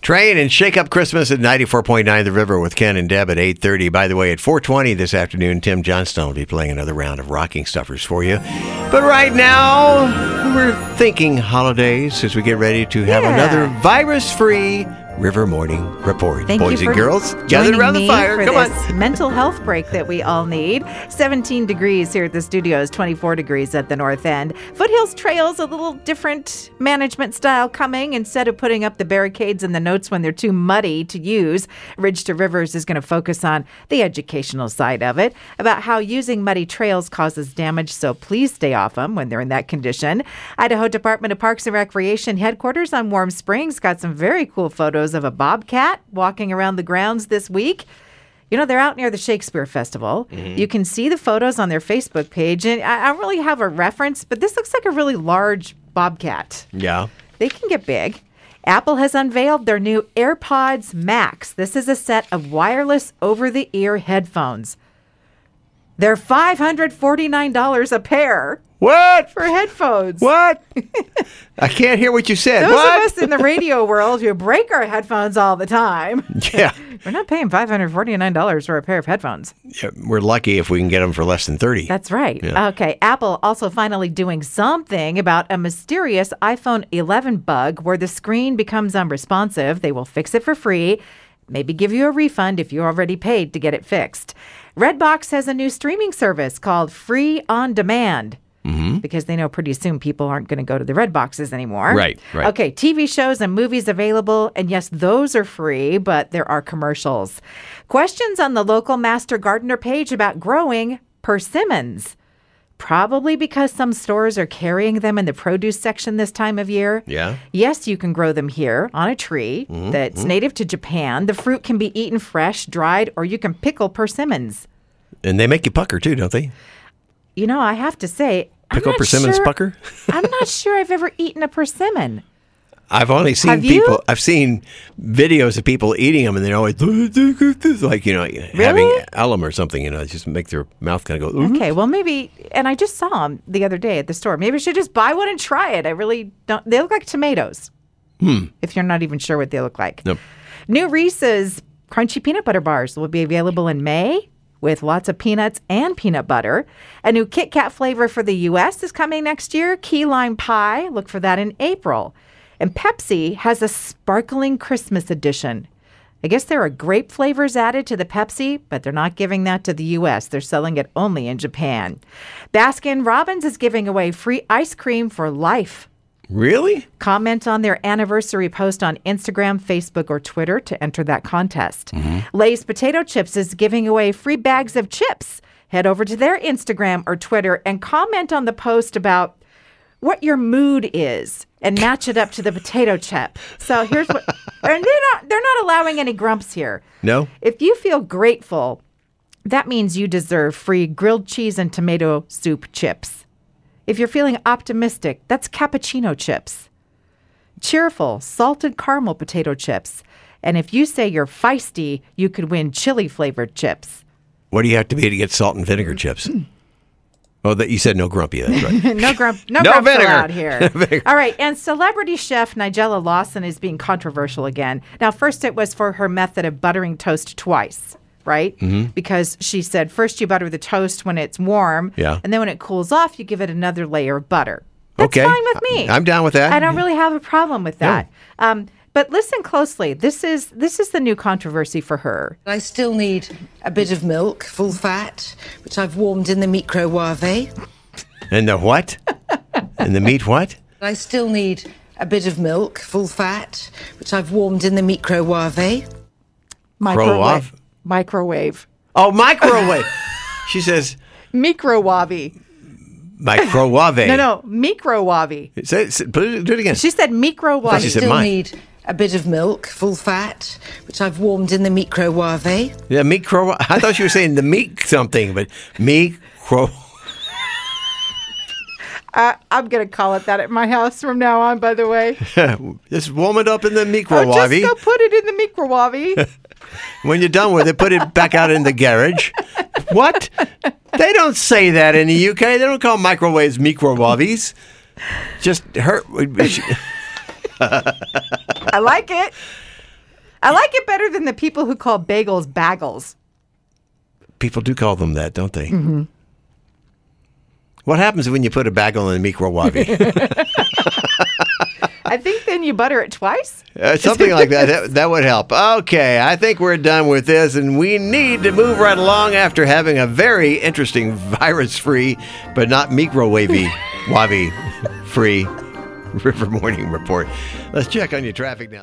Train and Shake Up Christmas at 94.9 The River with Ken and Deb at 8.30. By the way, at 4.20 this afternoon, Tim Johnstone will be playing another round of Rocking Stuffers for you. But right now, we're thinking holidays as we get ready to have Yeah. another virus-free River Morning Report. Thank Boys you for and girls, gather joining around the me fire. for Come this on. mental health break that we all need. 17 degrees here at the studios, 24 degrees at the north end. Foothills Trails, a little different management style coming. Instead of putting up the barricades and the notes when they're too muddy to use, Ridge to Rivers is going to focus on the educational side of it, about how using muddy trails causes damage, so please stay off them when they're in that condition. Idaho Department of Parks and Recreation headquarters on Warm Springs got some very cool photos of a bobcat walking around the grounds this week. You know, they're out near the Shakespeare Festival. Mm-hmm. You can see the photos on their Facebook page. And I, I don't really have a reference, but this looks like a really large bobcat. Yeah. They can get big. Apple has unveiled their new AirPods Max. This is a set of wireless over the ear headphones. They're $549 a pair What? for headphones. What? I can't hear what you said. Those what? of us in the radio world who break our headphones all the time, yeah. we're not paying $549 for a pair of headphones. yeah. We're lucky if we can get them for less than 30. That's right. Okay. Apple also finally doing something about a mysterious iPhone 11 bug where the screen becomes unresponsive. They will fix it for free, maybe give you a refund if you already paid to get it fixed. Redbox has a new streaming service called Free on Demand. Because they know pretty soon people aren't going to go to the red boxes anymore. Right, right. Okay, TV shows and movies available. And yes, those are free, but there are commercials. Questions on the local Master Gardener page about growing persimmons. Probably because some stores are carrying them in the produce section this time of year. Yeah. Mm-hmm, Yes, you can grow them here on a tree that's native to Japan. The fruit can be eaten fresh, dried, or you can pickle persimmons. And they make you pucker too, don't they? You know, I have to say, I'm Pickle not persimmons sure- pucker? I'm not sure I've ever eaten a persimmon. I've only seen Have you? people. I've seen videos of people eating them, and they're always like you know having Really? alum or something. You know, just make their mouth kind of go. "Ooh." Okay, well maybe, and I just saw them the other day at the store. Maybe I should just buy one and try it. I really don't. They look like tomatoes. Hmm. If you're not even sure what they look like. Nope. New Reese's crunchy peanut butter bars will be available in May with lots of peanuts and peanut butter. A new Kit Kat flavor for the U.S. is coming next year. Key lime pie. Look for that in April. And Pepsi has a sparkling Christmas edition. I guess there are grape flavors added to the Pepsi, but they're not giving that to the U.S. They're selling it only in Japan. Baskin Robbins is giving away free ice cream for life. Really? Comment on their anniversary post on Instagram, Facebook, or Twitter to enter that contest. Lay's Potato Chips is giving away free bags of chips. Head over to their Instagram or Twitter and comment on the post about what your mood is and match it up to the potato chip. So here's what and they're not they're not allowing any grumps here. No. If you feel grateful, that means you deserve free grilled cheese and tomato soup chips. If you're feeling optimistic, that's cappuccino chips, cheerful, salted caramel potato chips. And if you say you're feisty, you could win chili flavored chips. What do you have to be to get salt and vinegar chips? Oh, that you said no grumpy. That's right. no grump, no, No grumps vinegar. allowed here. All right, and celebrity chef Nigella Lawson is being controversial again. Now, first it was for her method of buttering toast twice, right? Mm-hmm. Because she said first you butter the toast when it's warm, Yeah. and then when it cools off, you give it another layer of butter. That's Okay. fine with me. I'm down with that. I don't really have a problem with that. Um, but listen closely. This is this is the new controversy for her. I still need a bit of milk, full fat, which I've warmed in the microwave. And the what? and the meat what? I still need a bit of milk, full fat, which I've warmed in the microwave. off? Microwave. Oh, microwave. she says Microwave. microwave. No, no, microwave. Say, say, put it- do it again. She said I I thought she microwave. said still mine. need a bit of milk, full fat, which I've warmed in the microwave. Yeah, meat crow. I thought you were saying the meat something, but meat crow. I'm going to call it that at my house from now on, by the way. Just warm it up in the Oh, microwave. just go put it in the microwave. When you're done with it, put it back out in the garage. What? They don't say that in the UK. They don't call microwaves microwaves. Just her. I like it. I like it better than the people who call bagels bagels. People do call them that, don't they? Mm-hmm. What happens when you put a bagel in a microwave? I think then you butter it twice. Uh, something like that. that. That would help. Okay, I think we're done with this, and we need to move right along after having a very interesting virus-free, but not microwavy, wavi free River Morning Report. Let's check on your traffic now.